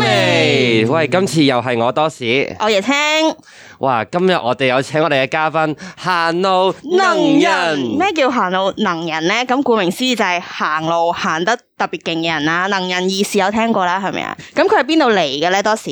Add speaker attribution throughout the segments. Speaker 1: 事。喂，今次又係我多士。
Speaker 2: 我亦聽
Speaker 1: 哇，今日我哋有請我哋嘅嘉賓行路能人。
Speaker 2: 咩叫行路能人咧？咁顧名思義就係行路行得特別勁嘅人啦。能人異士有聽過啦，係咪啊？咁佢係邊度嚟嘅咧？多士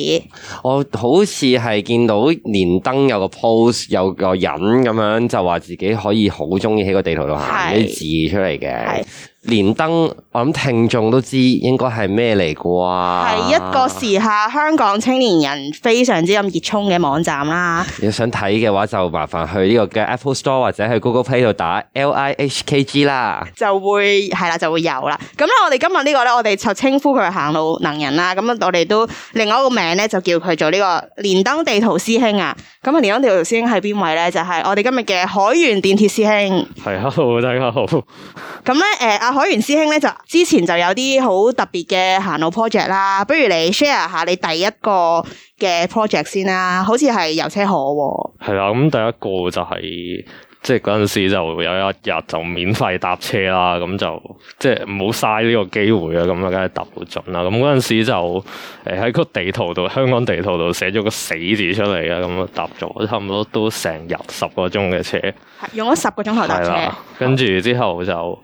Speaker 1: 我好似係見到連登有個 post 有個人咁樣就話自己可以好中意喺個地圖度行
Speaker 2: 係
Speaker 1: 啲字出嚟嘅
Speaker 2: 係。
Speaker 1: 連登我諗聽眾都知應該係咩嚟啩？
Speaker 2: 係一個時下香港青年人非常之咁熱衷嘅網站啦。
Speaker 1: 你想睇嘅話，就麻煩去呢個嘅 Apple Store 或者去 Google Play 度打 L I H K G 啦。
Speaker 2: 就會係啦，就會有啦。咁咧，我哋今日呢個咧，我哋就稱呼佢為行路能人啦。咁我哋都另外一個名咧，就叫佢做呢個連登地圖師兄啊。咁啊，連登地圖師兄係邊位咧？就係、我哋今日嘅海源電鐵師兄。
Speaker 3: 係，hello，大家好。
Speaker 2: 咁咧，誒、阿海源師兄咧就之前就有啲好特別嘅行路 project 啦。不如你 share 下你第一個嘅 project 先啦，好似係遊車河喎、
Speaker 3: 係啦，咁第一個就係、即係嗰陣時就有一日就免費搭車啦，咁就即係唔好嘥呢個機會啊！咁啊，梗係搭到盡啦。咁嗰陣時就誒喺、個地圖度，香港地圖度寫咗個死字出嚟啊！咁啊，搭咗差唔多都成日十個鐘嘅車，
Speaker 2: 係用咗十個鐘頭搭
Speaker 3: 係
Speaker 2: 車。
Speaker 3: 啦。跟住之後就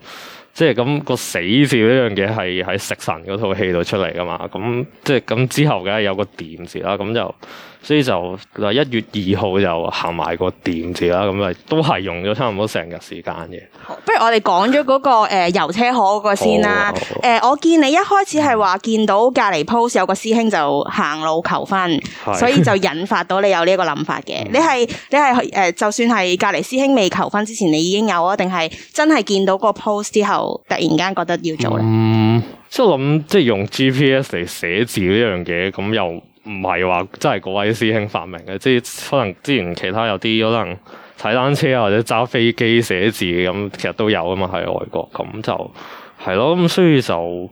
Speaker 3: 即係咁個死字呢樣嘢係喺食神嗰套戲度出嚟噶嘛，咁即係咁之後梗係有個掂字啦，咁就所以就嗱一月二號就行埋個掂字啦，咁啊都係用咗差唔多成日時間嘅，
Speaker 2: 不如我哋講咗嗰個誒遊車河嗰個先啦。
Speaker 3: 好啊
Speaker 2: 誒、我見你一開始係話見到隔離 post 有個師兄就行路求婚，所以就引發到你有呢一個諗法嘅。
Speaker 3: 嗯
Speaker 2: 你係你係誒、就算係隔離師兄未求婚之前，你已經有啊？定係真係見到個 post 之後，突然間覺得要做咧？
Speaker 3: 嗯，即係我諗即係用 GPS 嚟寫字呢樣嘢，咁又唔係話真係嗰位師兄發明嘅，即係可能之前其他有啲可能踩單車啊或者揸飛機寫字咁，其實都有啊嘛喺外國，咁就係咯，咁所以就。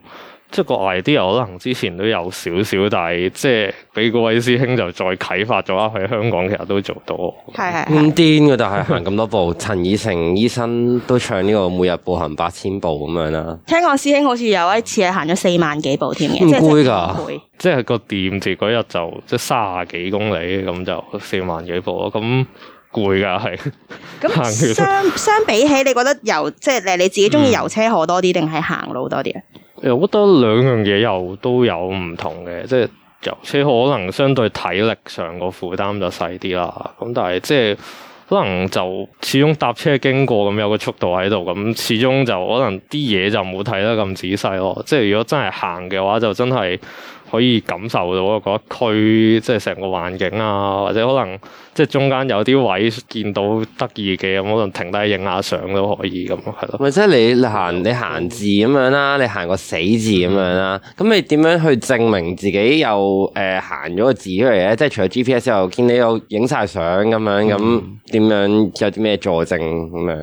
Speaker 3: 即係個 idea 可能之前都有少少，但係即係俾嗰位師兄就再啟發咗啊！喺香港其實都做到，
Speaker 2: 係 係係
Speaker 1: 咁癲嘅，但係行咁多步。陳以誠醫生都唱呢個每日步行八千步咁樣啦。
Speaker 2: 聽講師兄好似有一次係行咗四萬幾步添嘅，
Speaker 1: 唔
Speaker 2: 即係
Speaker 1: 攰㗎
Speaker 2: 真係好攰
Speaker 3: 即係個掂字嗰日就即係卅幾公里咁就四萬幾步咯，咁攰㗎係。
Speaker 2: 咁
Speaker 3: 行
Speaker 2: 相相比起，你覺得遊即係你你自己中意
Speaker 1: 嗯
Speaker 2: 遊車河多啲，定係行路多啲啊？
Speaker 3: 誒，我覺得兩樣嘢又都有唔同嘅，即係遊車可能相對體力上個負擔就細啲啦。咁但係即係可能就始終搭車經過咁有個速度喺度，咁始終就可能啲嘢就冇睇得咁仔細咯。即係如果真係行嘅話，就真係可以感受到嗰一區即係成個環境啊，或者可能即係中間有啲位見到得意嘅，咁可能停低影下相都可以咁，係咯。
Speaker 1: 咪即係你你行你行字咁樣啦，你行個死字咁樣啦。咁你點樣去證明自己又誒、呃行咗個字出嚟咧？即係除咗 GPS 又見你有影晒相咁樣，咁
Speaker 2: 嗯
Speaker 1: 點樣有啲咩佐證咁樣？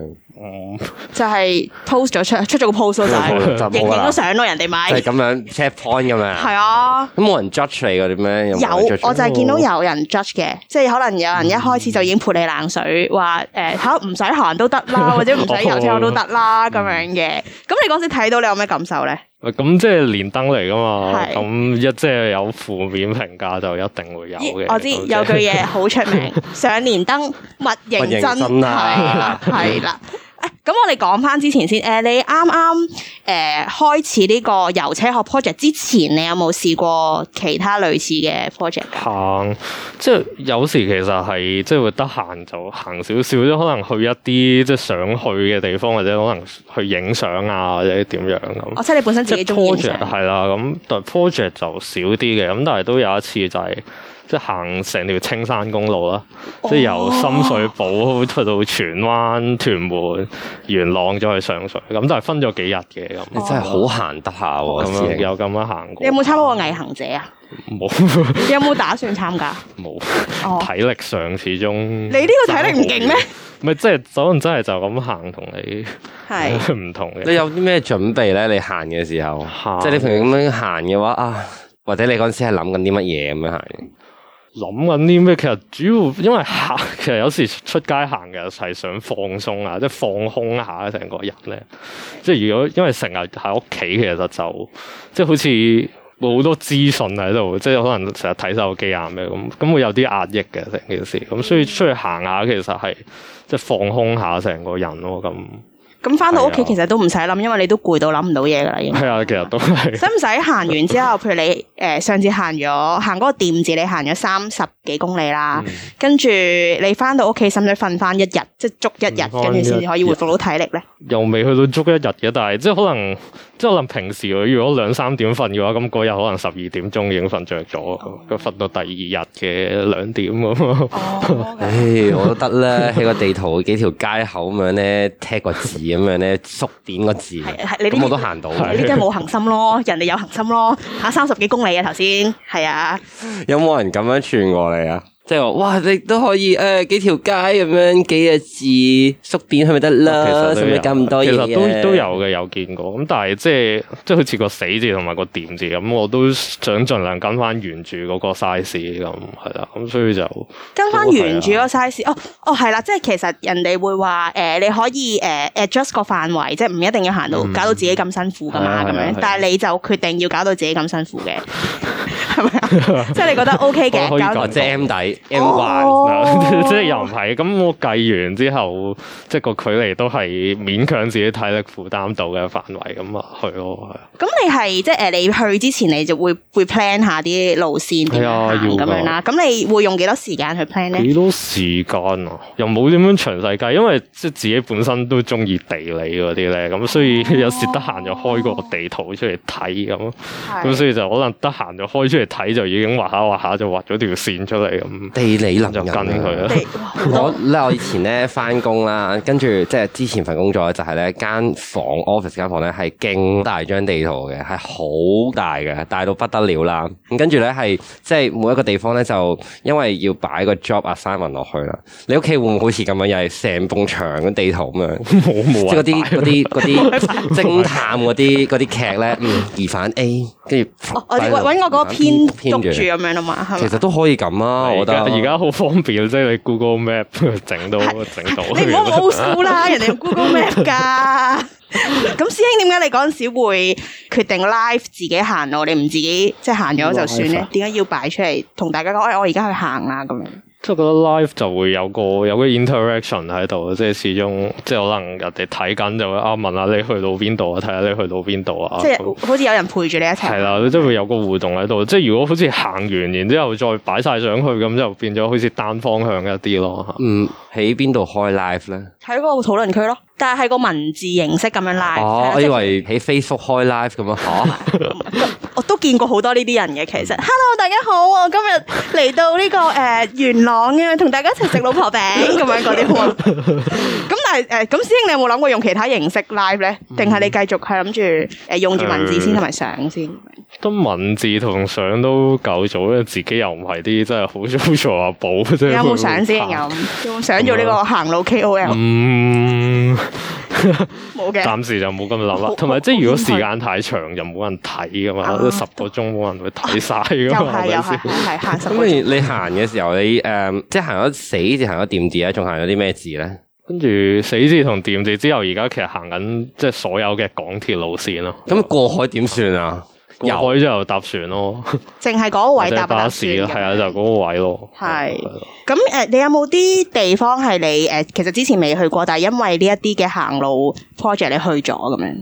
Speaker 2: 就係 post 咗出出咗個 post 咯，就
Speaker 1: 冇啦
Speaker 2: 係
Speaker 1: 就
Speaker 2: 影
Speaker 1: 冇
Speaker 2: 影
Speaker 1: 啦
Speaker 2: 咗相咯，人哋買
Speaker 1: 就係咁樣 check point 咁樣。
Speaker 2: 係啊。
Speaker 1: 咁冇人 judge 你嘅點樣？有
Speaker 2: 有
Speaker 1: 冇人 judge 你
Speaker 2: 我就係見到有人 judge 嘅，即係可能有人一開始就已經潑你冷水，話誒嚇唔使行都得 啦，或者唔使遊車都得啦咁樣嘅。咁你嗰時睇到你有咩感受咧？
Speaker 3: 喂咁即係連登嚟噶嘛？
Speaker 2: 係
Speaker 3: 咁一即係有負面評價就一定會有
Speaker 2: 咦。
Speaker 3: 嘅
Speaker 2: 我知
Speaker 3: 咁即
Speaker 2: 有句嘢好出 名，上連登勿認真，
Speaker 1: 勿認真啊
Speaker 2: 係啦係啦。誒咁我哋講翻之前先，誒、你啱啱誒開始呢個遊車河 project 之前，你有冇試過其他類似嘅 project 㗎？
Speaker 3: 行，即係有時其實係即係會得閒就行少少，即係可能去一啲即係想去嘅地方，或者可能去影相啊，或者點樣咁。
Speaker 2: 哦，即係你本身自己
Speaker 3: 即係
Speaker 2: 中意影相
Speaker 3: project 啊係啦，咁但係 project 就少啲嘅，咁但係都有一次就係、即係行成條青山公路啦，
Speaker 2: 哦
Speaker 3: 即係由深水埗去到荃灣、屯門、元朗再去上水，咁但係分咗幾日嘅咁。
Speaker 1: 你真係好行得下喎，
Speaker 2: 哦
Speaker 3: 咁
Speaker 1: 師
Speaker 3: 樣
Speaker 1: 兄
Speaker 3: 有咁樣行過。
Speaker 2: 你有冇參加過毅行者啊？
Speaker 3: 冇
Speaker 2: 你有冇打算參加？
Speaker 3: 冇、
Speaker 2: 哦
Speaker 3: 體力上始終。你
Speaker 2: 你呢個體力唔勁咩？
Speaker 3: 咪即係可能真係就咁行同你
Speaker 2: 係
Speaker 3: 唔同嘅。
Speaker 1: 你有啲咩準備咧？你行嘅時候
Speaker 3: 行，
Speaker 1: 即係你平時咁樣行嘅話啊，或者你嗰陣時係諗緊啲乜嘢咁樣行？
Speaker 3: 諗緊啲咩？其實主要因為行， 其實有時出街行嘅係想放鬆啊，即係放空下成個人咧。即係如果因為成日喺屋企，其實就即係好似好多資訊喺度，即係可能成日睇手機啊咩咁，咁會有啲壓抑嘅成件事。咁所以出去行下其實係即係放空下成個人咯。咁
Speaker 2: 咁翻到屋
Speaker 3: 係
Speaker 2: 企
Speaker 3: 啊
Speaker 2: 其實都唔使諗，因為你都攰到諗唔到嘢噶啦，已經。
Speaker 3: 係啊，其實都係
Speaker 2: 使唔使行完之後，譬如你诶、呃上次行咗行嗰個店字，你行咗三十幾公里啦，
Speaker 3: 嗯
Speaker 2: 跟住你翻到屋企，使唔使瞓翻一日，即系足一日，
Speaker 3: 瞓返
Speaker 2: 跟住先至可以回復到體力咧？
Speaker 3: 又未去到足一日嘅，但係即係可能即係可能平時如果兩三點瞓嘅話，咁嗰日可能十二點鐘已經瞓着咗，咁瞓到第二日嘅兩點咁。
Speaker 2: 哦，
Speaker 1: 唉，我都得 啦，喺個地圖幾條街口咁樣咧，踢個字咁樣咧，縮點個字，
Speaker 2: 係係你呢啲
Speaker 1: 咁我都行到。
Speaker 2: 你呢啲係冇恒心咯，人哋有恒心咯，行三十幾公里啊頭先，係啊，
Speaker 1: 有冇人咁樣串過嚟啊？即係話，哇！你都可以诶、誒幾條街咁樣幾隻字縮點 係咪得啦？
Speaker 3: 啊其
Speaker 1: 使
Speaker 3: 實都
Speaker 1: 唔
Speaker 3: 有
Speaker 1: 使咁多嘢
Speaker 3: 其
Speaker 1: 啊？
Speaker 3: 實都都有嘅，有見過。咁但係即係即係好似個死字同埋個掂字咁，我都想盡量跟翻原著嗰個 size 咁，係啦。咁所以就
Speaker 2: 跟翻
Speaker 3: 啊
Speaker 2: 原著嗰個 size，哦哦係啦，即係其實人哋會話诶、呃你可以诶 adjust 個範圍，即係唔一定要行到
Speaker 3: 嗯
Speaker 2: 搞到自己咁辛苦噶
Speaker 3: 係
Speaker 2: 嘛，
Speaker 3: 啊
Speaker 2: 咁
Speaker 3: 係啊係
Speaker 2: 樣
Speaker 3: 啊，
Speaker 2: 但係你就決定要搞到自己咁辛苦 嘅，係咪啊？即係你覺得 OK 嘅，
Speaker 3: 可以
Speaker 2: 搞
Speaker 3: 咁
Speaker 1: 哦，
Speaker 2: 到
Speaker 1: 即係 M 底 M 環，
Speaker 2: 哦
Speaker 3: 即係又唔係。咁我計完之後，即係個距離都係勉強自己體力負擔到嘅範圍咁啊，去咯，係啊。
Speaker 2: 咁你係即係诶，你去之前你就會會 plan 下啲路線點
Speaker 3: 係啊
Speaker 2: 樣行
Speaker 3: 要
Speaker 2: 咁樣啦。咁你會用幾多時間去 plan 咧？
Speaker 3: 幾多時間啊？又冇點樣詳細計，因為即係自己本身都中意地理嗰啲咧，咁所以
Speaker 2: 哦
Speaker 3: 有時得閒就開個地圖出嚟睇咁，咁所以就可能得閒就開出嚟睇，就已經畫下畫下就畫咗條線出嚟咁，
Speaker 1: 地理能
Speaker 3: 就
Speaker 1: 人
Speaker 3: 跟
Speaker 1: 啊
Speaker 3: 佢啦。
Speaker 2: 你哇好多
Speaker 1: 我咧，我以前咧翻工啦，跟住即係之前份工作咧，就係咧間房 office 間房咧係勁大張地圖嘅，係好大嘅，大到不得了啦。咁跟住咧係即係每一個地方咧就因為要擺個 job assignment 落去啦。你屋企會唔會好似咁樣又係成埲牆嘅地圖咁樣？
Speaker 3: 冇冇
Speaker 1: 即係嗰啲
Speaker 3: 啊！
Speaker 1: 嗰啲嗰啲偵探嗰啲嗰啲劇咧，嗯，疑犯 A，跟住
Speaker 2: 我我哋
Speaker 3: 啊
Speaker 2: 揾揾我嗰個編
Speaker 1: 編
Speaker 2: 捉住
Speaker 1: 住，
Speaker 2: 咁樣啊嘛，係
Speaker 1: 其
Speaker 2: 咪？
Speaker 1: 實都可以咁啊，我
Speaker 3: 而
Speaker 1: 覺
Speaker 3: 家
Speaker 1: 得
Speaker 3: 而家好方便，即係你 Google Map 整到整到。
Speaker 2: 你唔好 old school 啦，人哋用 Google Map 噶。咁師兄點解你嗰陣時會決定 live 自己行路，你唔自己即係行咗就算
Speaker 3: Live
Speaker 2: 咧
Speaker 3: 啊？
Speaker 2: 點解要擺出嚟同大家講？哎，我而家去行啦咁樣。
Speaker 3: 即係覺得 live 就會有個有個 interaction 喺度，即係始終即係可能人哋睇緊就會啊問下你去到邊度啊，睇下你去到邊度啊。
Speaker 2: 即
Speaker 3: 咁
Speaker 2: 係好似有人陪住你一
Speaker 3: 係
Speaker 2: 齊。
Speaker 3: 啦，即係會有個互動喺度。即係如果好似行完，然之後再擺晒上去，咁就變咗好似單方向一啲咯。
Speaker 1: 嗯喺邊度開 live 咧？
Speaker 2: 喺個討論區咯，但係係個文字形式咁樣 live 係
Speaker 1: 哦
Speaker 2: 啦。，
Speaker 1: 我
Speaker 2: 即
Speaker 1: 以
Speaker 2: 係
Speaker 1: 為喺 Facebook 開 live 咁樣哦吓，
Speaker 2: 我都見過好多呢啲人嘅，其實 Hello 大家好，我今日嚟到呢、個誒、呃元朗嘅，同大家一齊食老婆餅咁樣嗰啲好嘛。咁但係誒，呃咁、師兄你有冇諗過用其他形式 live 咧？
Speaker 3: 嗯
Speaker 2: 定係你繼續係諗住誒用住文字先
Speaker 3: 誒
Speaker 2: 同埋相先？
Speaker 3: 得文字同相都夠做，因為自己又唔係啲真係好 social 啊寶。 即
Speaker 2: 你
Speaker 3: 係
Speaker 2: 有
Speaker 3: 會
Speaker 2: 冇相先？有有冇想做呢個行路 KOL？
Speaker 3: 嗯。
Speaker 2: 冇嘅。
Speaker 3: 暫時就冇咁諗啦
Speaker 2: 好，
Speaker 3: 同埋
Speaker 2: 好
Speaker 3: 即係如果
Speaker 2: 好
Speaker 3: 時
Speaker 2: 心
Speaker 3: 間太長就冇人睇噶
Speaker 2: 啊
Speaker 3: 嘛，即係十個鐘冇人會睇晒
Speaker 2: 又
Speaker 3: 噶嘛，
Speaker 2: 係 又
Speaker 3: 係咪
Speaker 2: 係
Speaker 3: 先？
Speaker 2: 係係行十個
Speaker 1: 咁你
Speaker 2: 鐘。
Speaker 1: 你行嘅時候，你誒即係行咗死字，行咗掂字咧，仲行咗啲咩字咧？
Speaker 3: 跟住死字同掂字之後，而家其實行緊即係所有嘅港鐵路線咯，
Speaker 1: 咁過海點算啊？
Speaker 3: 過
Speaker 1: 遊
Speaker 3: 海之後搭船咯，
Speaker 2: 淨係嗰個
Speaker 3: 或
Speaker 2: 位
Speaker 3: 者
Speaker 2: 搭
Speaker 3: 巴士咯，係啊，就嗰個位咯。
Speaker 2: 係咁誒、呃你有冇啲地方係你誒、呃其實之前未去過，但係因為呢一啲嘅行路 project 你去咗咁樣？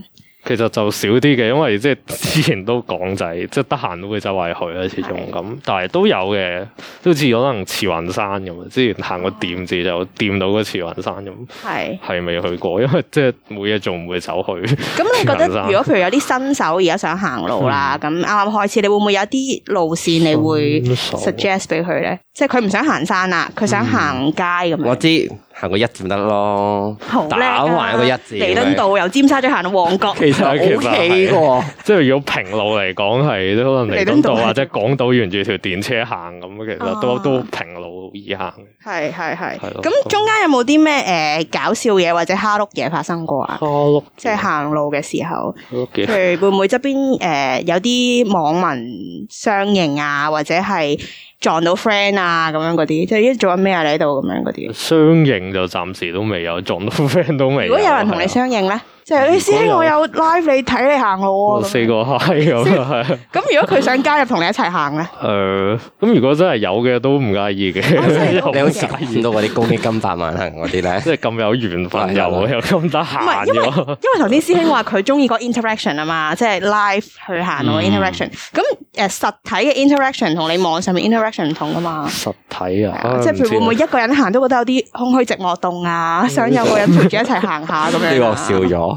Speaker 3: 其實就少啲嘅，因為即係之前都講就係即係得閒都會周圍去啦，始終咁，但係都有嘅，都好似可能慈雲山咁，啊之前行過掂字就掂到個慈雲山咁。
Speaker 2: 係。
Speaker 3: 係未去過，因為即係冇嘢做，唔會走去。
Speaker 2: 咁你覺得
Speaker 3: 行山
Speaker 2: 如果譬如有啲新手而家想行路啦，咁啱啱開始，你會唔會有啲路線你會
Speaker 3: 新手
Speaker 2: suggest 俾佢咧？即係佢唔想行山啦，佢
Speaker 3: 嗯
Speaker 2: 想行街咁
Speaker 1: 我
Speaker 2: 樣。
Speaker 1: 知行個一字咪得咯
Speaker 2: 好，叻
Speaker 1: 打
Speaker 2: 啊！
Speaker 1: 橫個一字。
Speaker 2: 彌敦道由尖沙咀行到旺角，
Speaker 3: 其實其實
Speaker 1: OK
Speaker 3: 係
Speaker 1: 喎，
Speaker 3: 即係如果平路嚟講係，都可能
Speaker 2: 彌
Speaker 3: 嚟
Speaker 2: 敦
Speaker 3: 敦
Speaker 2: 道
Speaker 3: 道或者港島沿住條電車行咁，其實都
Speaker 2: 啊
Speaker 3: 都平路易行。
Speaker 2: 係係係。
Speaker 3: 係咯
Speaker 2: 咁中間有冇啲咩誒搞笑嘢或者蝦碌嘢發生過啊？
Speaker 3: 哈碌
Speaker 2: 即係行路嘅時候，
Speaker 3: 碌
Speaker 2: 譬
Speaker 3: 嘅，
Speaker 2: 如會唔會側邊誒有啲網民相認啊，或者係撞到 friend 啊咁樣嗰啲，即係咦做緊咩啊？你喺度咁樣嗰啲。
Speaker 3: 相應就暫時都未有，撞到啊 friend 都未。
Speaker 2: 如果有人同你，相應咧，就係你哎師兄，我有 live 你睇你行路
Speaker 3: 我
Speaker 2: 喎。
Speaker 3: 四
Speaker 2: 咁
Speaker 3: 個 high 咁樣係。
Speaker 2: 咁如果佢想加入同你一齊行咧，
Speaker 3: 诶，咁、如果真係有嘅都唔介意
Speaker 2: 哦真係
Speaker 3: 嘅，
Speaker 2: 有
Speaker 1: 你好似諗到嗰啲公益金百萬行嗰啲咧
Speaker 3: 即，係咁有緣分又
Speaker 1: 係
Speaker 3: 又咁得
Speaker 2: 唔係
Speaker 3: 閒
Speaker 2: 因為
Speaker 3: 嘅，
Speaker 2: 因為頭先師兄話佢中意個 interaction 啊嘛，即係 live 去行路嘅 interaction。咁诶實體嘅 interaction 同你網上面 interaction 唔同噶嘛。
Speaker 3: 實體
Speaker 2: 係
Speaker 3: 啊
Speaker 2: 啊，即係譬如會唔會一個人行都覺得有啲空虛寂寞凍啊？想有個人陪住一齊行下咁樣啊。
Speaker 1: 呢個我笑咗。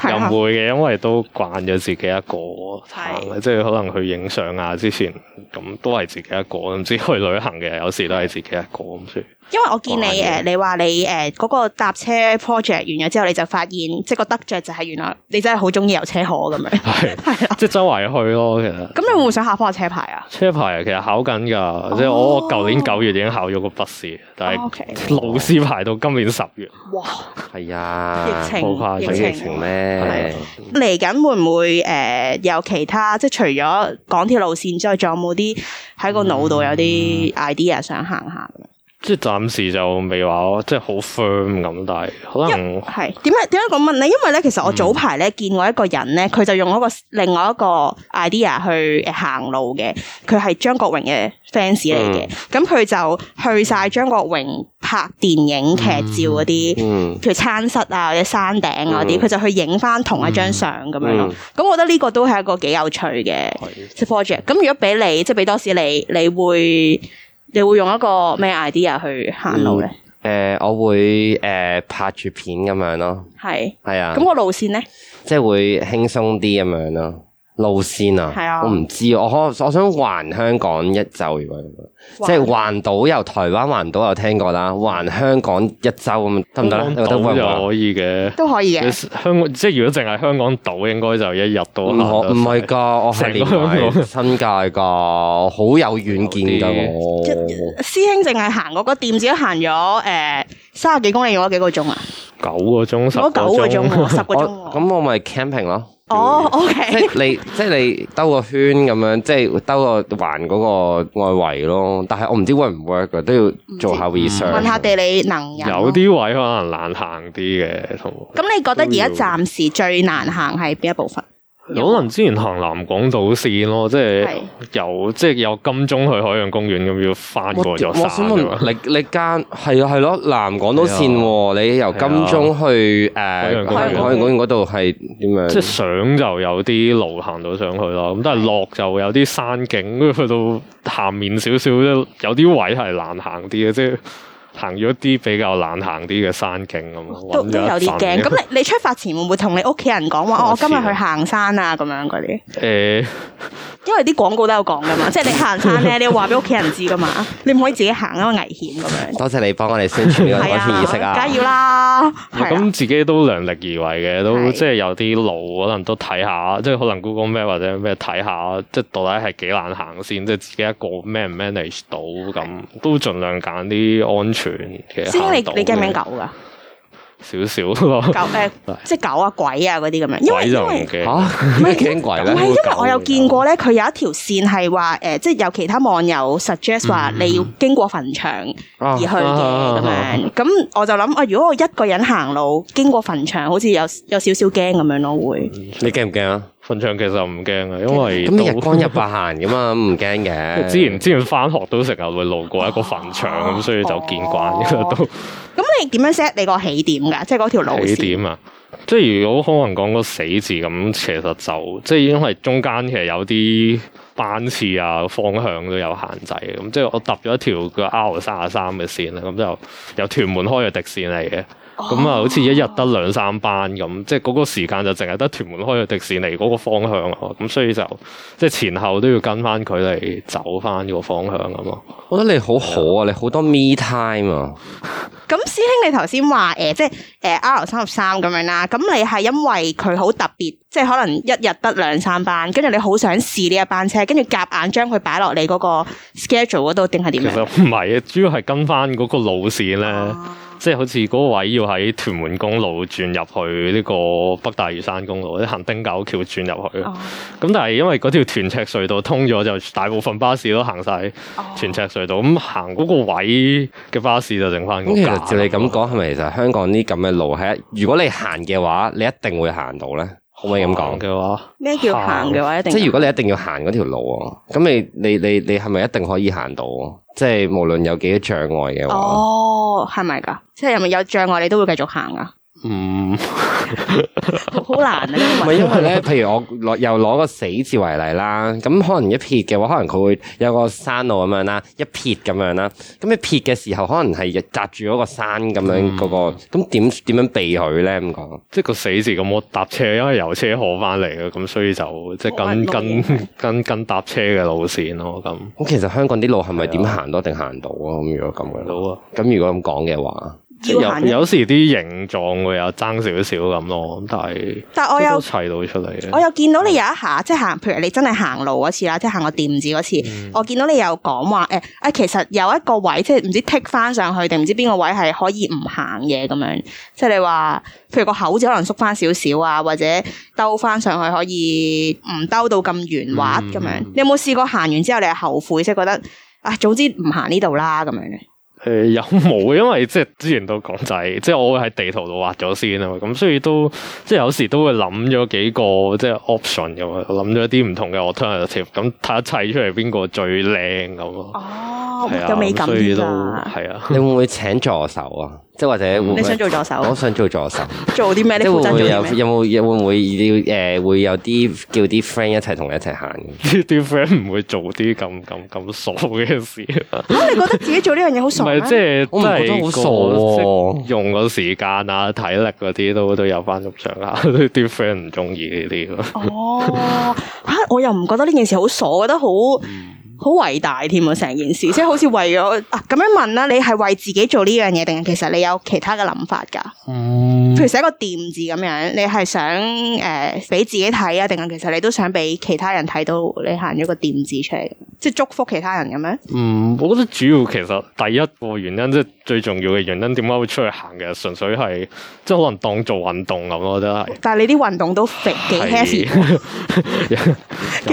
Speaker 2: 係
Speaker 3: 又
Speaker 2: 啊
Speaker 3: 唔會嘅，因為都慣咗自己一個行嘅，即係可能去影相啊，之前咁都係自己一個，唔知去旅行嘅有時都係自己一個咁所以
Speaker 2: 因為我見你
Speaker 3: 玩
Speaker 2: 誒
Speaker 3: 嘢，
Speaker 2: 你話你誒嗰個搭車 project 完咗之後，你就發現即係個得着就係原來你真係好中意遊車河咁樣，
Speaker 3: 係
Speaker 2: 係啦。
Speaker 3: 即係周圍去咯，其實。
Speaker 2: 咁你會唔會想考翻個車牌啊？
Speaker 3: 車牌其實考緊㗎，即係我我舊年九月已經考咗個筆試，但
Speaker 2: 哦，OK
Speaker 3: 係路試排到今年十月。
Speaker 2: 哇！
Speaker 1: 系啊，
Speaker 2: 疫情
Speaker 3: 冇怕
Speaker 1: 疫
Speaker 3: 疫
Speaker 1: 情
Speaker 3: 情
Speaker 1: 咩？
Speaker 2: 嚟緊會唔會誒有其他即係除咗港鐵路線之外，仲有冇啲喺個腦度有啲 idea 想行下咁樣？
Speaker 3: 即係暫時就未話即係好 firm 咁，但係可能
Speaker 2: 係點解點解咁問咧？因為咧，其實我早排咧見過一個人咧，佢就用一個另外一個 idea 去呃行路嘅，佢係張國榮嘅 fans 嚟
Speaker 1: 嗯
Speaker 2: 嘅，咁佢、就去晒張國榮拍電影劇照嗰啲。
Speaker 1: 嗯，
Speaker 2: 譬如餐室啊，或者山頂啊嗰啲，
Speaker 1: 嗯
Speaker 2: 佢、就去影翻同一張相咁樣咯
Speaker 1: 嗯。
Speaker 2: 咁、我覺得呢個都係一個幾有趣嘅
Speaker 3: 係
Speaker 2: 即係 project。咁如果俾你，即係俾多士你，你會你會用一個咩 idea 去行路
Speaker 1: 嗯
Speaker 2: 咧？
Speaker 1: 诶，我會诶拍住片咁樣咯，
Speaker 2: 係
Speaker 1: 係啊，
Speaker 2: 咁個路線咧？
Speaker 1: 即係會輕鬆啲咁樣咯。路線啊，
Speaker 2: 係啊
Speaker 1: 我唔知，我可我想環香港一周，如果咁樣即係環島由台灣環島有聽過啦，環香港一周咁得唔得咧？
Speaker 3: 香
Speaker 1: 你覺
Speaker 3: 港
Speaker 1: 得
Speaker 3: 島
Speaker 1: 會唔會
Speaker 3: 就可以嘅。
Speaker 2: 都可以
Speaker 3: 你
Speaker 2: 嘅。
Speaker 3: 香港即係如果淨係香港島，應該就一日都
Speaker 1: 唔
Speaker 3: 行
Speaker 1: 可
Speaker 3: 得
Speaker 1: 唔係
Speaker 3: 晒
Speaker 1: 㗎，我係
Speaker 3: 成個
Speaker 1: 連
Speaker 3: 香
Speaker 1: 埋
Speaker 3: 港
Speaker 1: 新界噶，好有遠見㗎我。
Speaker 2: 師兄淨係行嗰個店，只行咗誒三十幾公里，用咗幾個鐘啊？
Speaker 3: 九個鐘哦十
Speaker 2: 用咗九個
Speaker 3: 個
Speaker 2: 鐘啊喎，
Speaker 3: 鐘，
Speaker 2: 十個鐘
Speaker 1: 我
Speaker 2: 喎。
Speaker 1: 咁我咪 camping 咯。
Speaker 2: 哦
Speaker 1: 即
Speaker 2: ，OK，
Speaker 1: 係你，即係你兜個圈咁樣，即係兜個環嗰個外圍咯。但係我唔知 work 唔 work 啊，都要做下 research。 啊
Speaker 2: 問下地理能人咯。
Speaker 3: 有啲位可能難行啲嘅，同
Speaker 2: 咁，你覺得而家暫時最難行係邊一部分？
Speaker 3: 可能之前行南港島線咯，即係
Speaker 2: 係
Speaker 3: 由即係由金鐘去海洋公園咁要翻
Speaker 1: 我
Speaker 3: 過咗
Speaker 1: 我
Speaker 3: 山
Speaker 1: 想
Speaker 3: 㗎嘛
Speaker 1: 問你，你間係啊係咯，南港島線喎，你由金鐘去誒海
Speaker 3: 洋公園
Speaker 1: 洋公園嗰度係點
Speaker 3: 即
Speaker 1: 樣？
Speaker 3: 係上就有啲路行到上去咯，咁但係落就有啲山景，跟住去到下面少少咧，有啲位係難行啲嘅，即係行咗啲比較難行啲嘅山景咁咯。
Speaker 2: 都
Speaker 3: 搵咗
Speaker 2: 都有
Speaker 3: 一
Speaker 2: 啲
Speaker 3: 陣
Speaker 2: 驚。咁你你出發前會唔會同你屋企人講 話？哦我今
Speaker 3: 出發前
Speaker 2: 日去行山啊，咁樣嗰啲。
Speaker 3: 誒
Speaker 2: 因為啲廣告都有講噶 嘛，即係你行山咧，你要話俾屋企人知噶嘛，你唔可以自己行，因為危險咁 樣。
Speaker 1: 多謝你幫我哋宣傳呢個
Speaker 2: 係
Speaker 1: 安全意識
Speaker 2: 啊，
Speaker 1: 啊
Speaker 2: 梗！係要啦，係啊
Speaker 3: 咁自己都量力而為嘅，都
Speaker 2: 係
Speaker 3: 即係有啲路可能都睇下，即係可能 Google Map 或者咩睇下，即係到底係幾難行先，即係自己一個 man 唔 manage 到咁，都盡量揀啲安全嘅
Speaker 2: 師
Speaker 3: 行道
Speaker 2: 兄
Speaker 3: 嘅。
Speaker 2: 你你驚唔驚狗噶？
Speaker 3: 少少咯，
Speaker 2: 狗 誒，即係狗啊、鬼啊嗰啲咁樣，因為
Speaker 3: 鬼
Speaker 2: 因
Speaker 3: 就唔
Speaker 2: 為
Speaker 3: 驚。
Speaker 1: 嚇，咩驚鬼
Speaker 2: 唔係，
Speaker 1: 咧？
Speaker 2: 因為我有見過咧，佢有一條線係話誒，即係有其他網友 suggest 話你要經過墳場
Speaker 1: 啊
Speaker 2: 而去嘅咁
Speaker 3: 嗯啊
Speaker 2: 樣，咁我就諗啊，如果我一個人行路經過墳場，好似有有少少驚咁樣咯，會
Speaker 3: 嗯
Speaker 1: 你驚唔驚啊？
Speaker 3: 瞓場其實唔驚嘅，啊因為
Speaker 1: 咁你日
Speaker 3: 都
Speaker 1: 光日白行噶嘛，唔驚嘅。
Speaker 3: 之前之前翻學都成日會路過一個墳場咁，所以就見慣
Speaker 2: 哦
Speaker 3: 嘅都
Speaker 2: 咁你點樣 set 你個起點㗎？即係嗰條路
Speaker 3: 起
Speaker 2: 線。
Speaker 3: 點啊。即係如果可能講個死字咁，其實就即係因為中間其實有啲班次啊方向都有限制嘅，咁即係我揼咗一條個 R 三十三嘅線啦，啊咁就由屯門開嘅迪線嚟嘅，咁啊好似一日得兩三班咁，即係嗰個時間就淨係得屯門開嘅迪士尼嗰個方向啊，咁所以就即係前後都要跟翻佢嚟走翻個方向咁咯。
Speaker 1: 我覺得你好好啊，你好多 me time 啊。
Speaker 2: 咁師兄，你頭先話誒，即係誒 R 三十三咁樣啦。咁你係因為佢好特別，即係可能一日得兩三班，跟住你好想試呢一班車，跟住夾硬將佢擺落你嗰個 schedule 嗰度，定係點啊
Speaker 3: 其實
Speaker 2: 樣？哦
Speaker 3: 唔係嘅，主要係跟翻嗰個路線咧，即係好似嗰個位要喺屯門公路轉入去呢個北大嶼山公路，即係行汀九橋轉入去。咁、
Speaker 2: 哦
Speaker 3: 但係因為嗰條屯赤隧道通咗，就大部分巴士都行晒
Speaker 2: 哦
Speaker 3: 屯赤隧道，咁行嗰個位嘅巴士就剩翻
Speaker 1: 咁
Speaker 3: 個
Speaker 1: 其
Speaker 3: 架。
Speaker 1: 實照你咁講，係咪其實香港啲咁嘅路係一，如果你行嘅話，你一定會行到咧？可唔可以咁講？
Speaker 3: 行嘅話，
Speaker 2: 咩叫行嘅話一
Speaker 1: 哦即
Speaker 2: 定啊
Speaker 1: 係如果你一定要行嗰條路啊，咁你你你你係咪一定可以行到啊？即係無論有幾多障礙嘅話，
Speaker 2: 哦，係咪㗎？即係係咪有障礙你都會繼續行㗎？
Speaker 3: 嗯，
Speaker 2: 好好難啊！呢
Speaker 1: 唔係
Speaker 2: 個問題
Speaker 1: 因為咧， 譬如我攞又攞個死字為例啦，咁可能一撇嘅話，可能佢會有個山路咁樣啦，一撇咁樣啦，咁你撇嘅時候，可能係擲住嗰個山咁
Speaker 2: 嗯
Speaker 1: 樣嗰個，咁點點樣避佢咧？咁講。
Speaker 3: 即係個死字咁，我搭車，因為由車河翻嚟嘅，咁所以就即係
Speaker 2: 冇乜
Speaker 3: 跟
Speaker 2: 路
Speaker 3: 跟跟跟搭車嘅路線咯，咁
Speaker 1: 咁其實香港啲路係
Speaker 2: 啊
Speaker 1: 咪點行都一定行到啊？咁如果咁樣，
Speaker 3: 到啊。
Speaker 1: 咁如果咁講嘅話，
Speaker 2: 嗯
Speaker 3: 即係
Speaker 2: 要行
Speaker 3: 有有時啲形狀會有爭少少咁咯，咁但係
Speaker 2: 但我有
Speaker 3: 都砌到出嚟嘅。嗯
Speaker 2: 我又見到你有一下，即係行，譬如你真係行路嗰次啦，即係行個店字嗰次，
Speaker 3: 嗯
Speaker 2: 我見到你有講話誒啊，其實有一個位即係唔知剔翻上去定唔知邊個位係可以唔行嘅咁樣，即係你話譬如個口字可能縮翻少少啊，或者兜翻上去可以唔兜到咁圓滑咁樣。
Speaker 3: 嗯
Speaker 2: 你有冇試過行完之後你係後悔，即係覺得啊，早知唔行呢度啦咁樣嘅？
Speaker 3: 誒、呃有冇？因為即係之前都講就係，即係我會喺地圖度畫咗先啊嘛，咁所以都即係有時都會諗咗幾個即係 option 咁啊，諗咗啲唔同嘅 alternative，咁睇一砌出嚟邊個最靚咁咯。
Speaker 2: 哦
Speaker 3: 係啊，
Speaker 2: 有美
Speaker 3: 咁
Speaker 2: 感
Speaker 3: 所以
Speaker 2: 啲
Speaker 3: 都
Speaker 2: 㗎。
Speaker 3: 係啊。
Speaker 1: 你會唔會請助手啊？即係或者會唔會
Speaker 2: 你想做助手
Speaker 1: 我想做助手，
Speaker 2: 做啲咩？
Speaker 1: 即係
Speaker 2: 你負
Speaker 1: 會唔
Speaker 2: 責做
Speaker 1: 會
Speaker 2: 啲
Speaker 1: 有
Speaker 2: 咩？
Speaker 1: 有冇有會唔會要誒會有啲叫啲 friend 一齊同你一齊行嘅？
Speaker 3: 啲啲 friend 唔會做啲咁咁咁傻嘅事，唔
Speaker 2: 啊你覺得自己做呢樣嘢好傻咩啊
Speaker 3: 係？即係
Speaker 1: 我唔覺得
Speaker 3: 真係
Speaker 1: 好傻
Speaker 3: 個
Speaker 1: 喎
Speaker 3: 即係用個時間啊、體力嗰啲都都有翻咁上下， 啲啲 friend 唔中意呢啲咯。
Speaker 2: 哦，吓我又唔覺得呢件事好傻，我覺得好好偉大添啊！成件事即係好似為咗啊咁樣問啦，你係為自己做呢樣嘢，定係其實你有其他嘅諗法㗎？譬如寫個店字咁樣，你係想誒俾、自己睇啊，定係其實你都想俾其他人睇到你行咗個店字出嚟，即係祝福其他人咁樣？
Speaker 3: 嗯，我覺得主要其實第一個原因即係最重要嘅原因，點解會出去行嘅？純粹係即係可能當做運動咁咯，真係。
Speaker 2: 但係你啲運動都肥幾 heavy 喎
Speaker 3: 又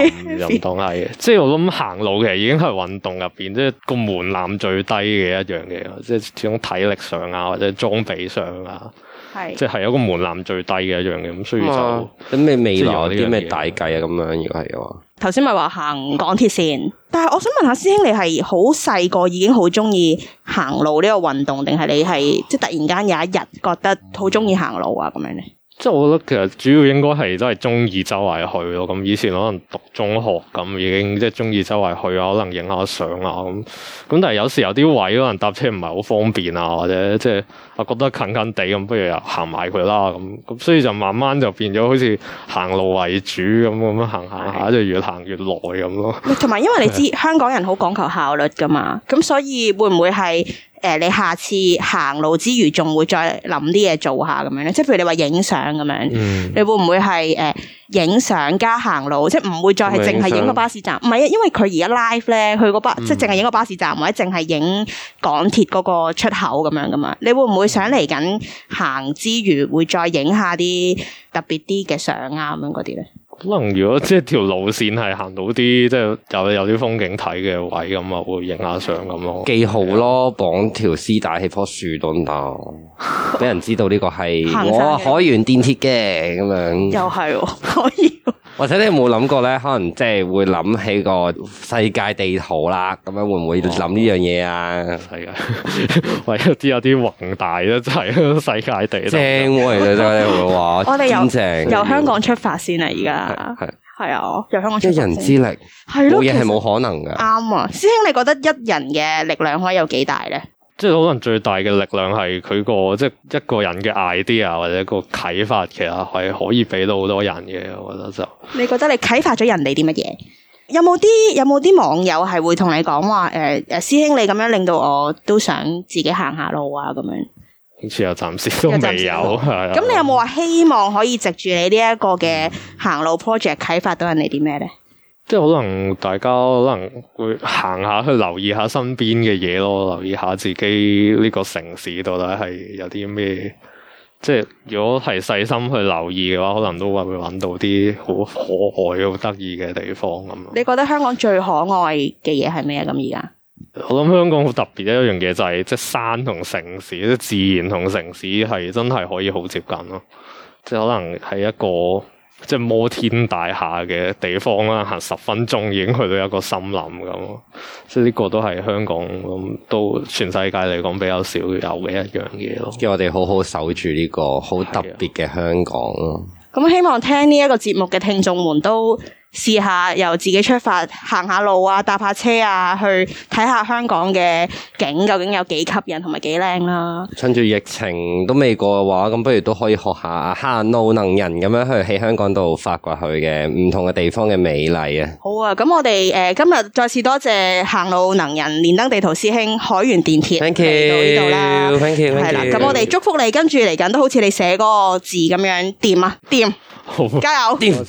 Speaker 3: 唔又唔當係嘅，即係我諗行路其實已經係運動入邊，即係個門檻最低嘅一樣嘢咯，即係始終體力上啊或者裝備上啊，
Speaker 2: 係
Speaker 3: 即係有個門檻最低嘅一樣嘢，咁所以就。
Speaker 1: 咁你未來有
Speaker 3: 即係有呢樣嘢
Speaker 1: 啲咩大計啊？咁樣如果係嘅話，
Speaker 2: 頭先咪話行港鐵線，但係我想問下師兄，你係好細個已經好中意行路呢個運動，定係你係即係突然間有一日覺得好中意行路啊咁樣咧？
Speaker 3: 即係我覺得其實主要應該係都係中意周圍去咯。咁以前可能讀中學咁已經即係中意周圍去啊，可能影下相啊咁。咁但係有時有啲位可能搭車唔係好方便啊，或者即係啊覺得近近地咁，不如又行埋佢啦咁。咁所以就慢慢就變咗好似行路為主咁咁樣行行下，就越行越耐咁咯。
Speaker 2: 喂同埋因為你知香港人好講求效率噶嘛，咁所以會唔會係誒、呃你下次行路之餘，仲會再諗啲嘢做下咁樣咧？即係譬如你話影相咁樣。
Speaker 3: 嗯，
Speaker 2: 你會唔會係誒影相加行路，即係唔會再係淨係影個巴士站？唔係啊，因為佢而家 live 咧，佢個巴、
Speaker 1: 嗯
Speaker 2: 即係淨係影個巴士站，或者淨係影港鐵嗰個出口咁樣噶嘛。你會唔會想嚟緊行之餘，會再影下啲特別啲嘅相啊咁樣嗰啲咧？
Speaker 3: 可能如果即係條路線係行到啲即係有有啲風景睇嘅位咁啊，會影下相咁咯。
Speaker 1: 記號咯，綁條絲帶喺棵樹度 得，俾人知道呢個係
Speaker 2: 行山嘅
Speaker 1: 我海原電鐵嘅咁樣。
Speaker 2: 又係喎， 可以喎
Speaker 1: 或者你有冇諗過咧？可能即係會諗起個世界地圖啦，咁樣會唔會諗呢樣嘢啊？
Speaker 3: 係啊， 喂，有啲有啲宏大一齊世界地
Speaker 1: 正
Speaker 3: 圖
Speaker 1: 喎，其實真係會話，
Speaker 2: 我哋由
Speaker 1: 堅正
Speaker 2: 由香港出發先啊！而家
Speaker 1: 係
Speaker 2: 係啊，由香港出
Speaker 1: 一
Speaker 2: 發
Speaker 1: 人
Speaker 2: 先
Speaker 1: 之力，
Speaker 2: 係
Speaker 1: 冇
Speaker 2: 咯，
Speaker 1: 嘢係
Speaker 2: 其實
Speaker 1: 冇可能噶。
Speaker 2: 啱啊！師兄，你覺得一人嘅力量可以有幾大咧？
Speaker 3: 即係可能最大嘅力量係佢個即係一個人嘅 idea 或者個啟發，其實係可以俾到好多人嘅。我覺得就
Speaker 2: 你覺得你啟發咗人哋啲乜嘢？有冇啲有冇啲網友係會同你講話誒誒師兄你咁樣令到我都想自己行下路啊咁樣？
Speaker 3: 好似又暫時都
Speaker 2: 又暫
Speaker 3: 未
Speaker 2: 時
Speaker 3: 有，
Speaker 2: 都
Speaker 3: 係啊。
Speaker 2: 咁你有冇話希望可以藉住你呢一個嘅行路 project 啟發到人哋啲咩咧？
Speaker 3: 即係可能大家可能會行下去留意下身邊嘅嘢咯，留意下自己呢個城市到底係有啲咩。即係如果係細心去留意嘅話，可能都會揾到啲好可愛、好得意嘅地方咁咯。
Speaker 2: 你覺得香港最可愛嘅嘢係咩啊？咁而家
Speaker 3: 我諗香港好特別一樣嘢就係、即係山同城市，即係自然同城市係真係可以好接近咯。即係可能係一個即係摩天大廈嘅地方啦，行十分鐘已經去到一個森林咁咯。即係呢個都係香港咁都全世界嚟講比較少有嘅一樣嘢咯。
Speaker 1: 叫我哋好好守住呢個好特別嘅香港咯。
Speaker 2: 咁希望聽呢一個節目嘅聽眾們都試下由自己出發行下路啊，搭下車啊，去睇下香港嘅景究竟有幾吸引同埋幾靚啦。
Speaker 1: 趁住疫情都未過嘅話，咁不如都可以學下啊行路能人咁樣去喺香港度發掘佢嘅唔同嘅地方嘅美麗啊！
Speaker 2: 好啊，咁我哋誒、呃今日再次多謝行路能人連登地圖師兄海原電鐵
Speaker 1: Thank
Speaker 2: 嚟到呢度啦。
Speaker 1: you，thank
Speaker 2: 系
Speaker 1: you，
Speaker 2: 啦，咁我哋祝福你，跟住嚟緊都好似你寫嗰個字咁樣掂啊，掂，
Speaker 3: 好
Speaker 2: 加油！
Speaker 1: 掂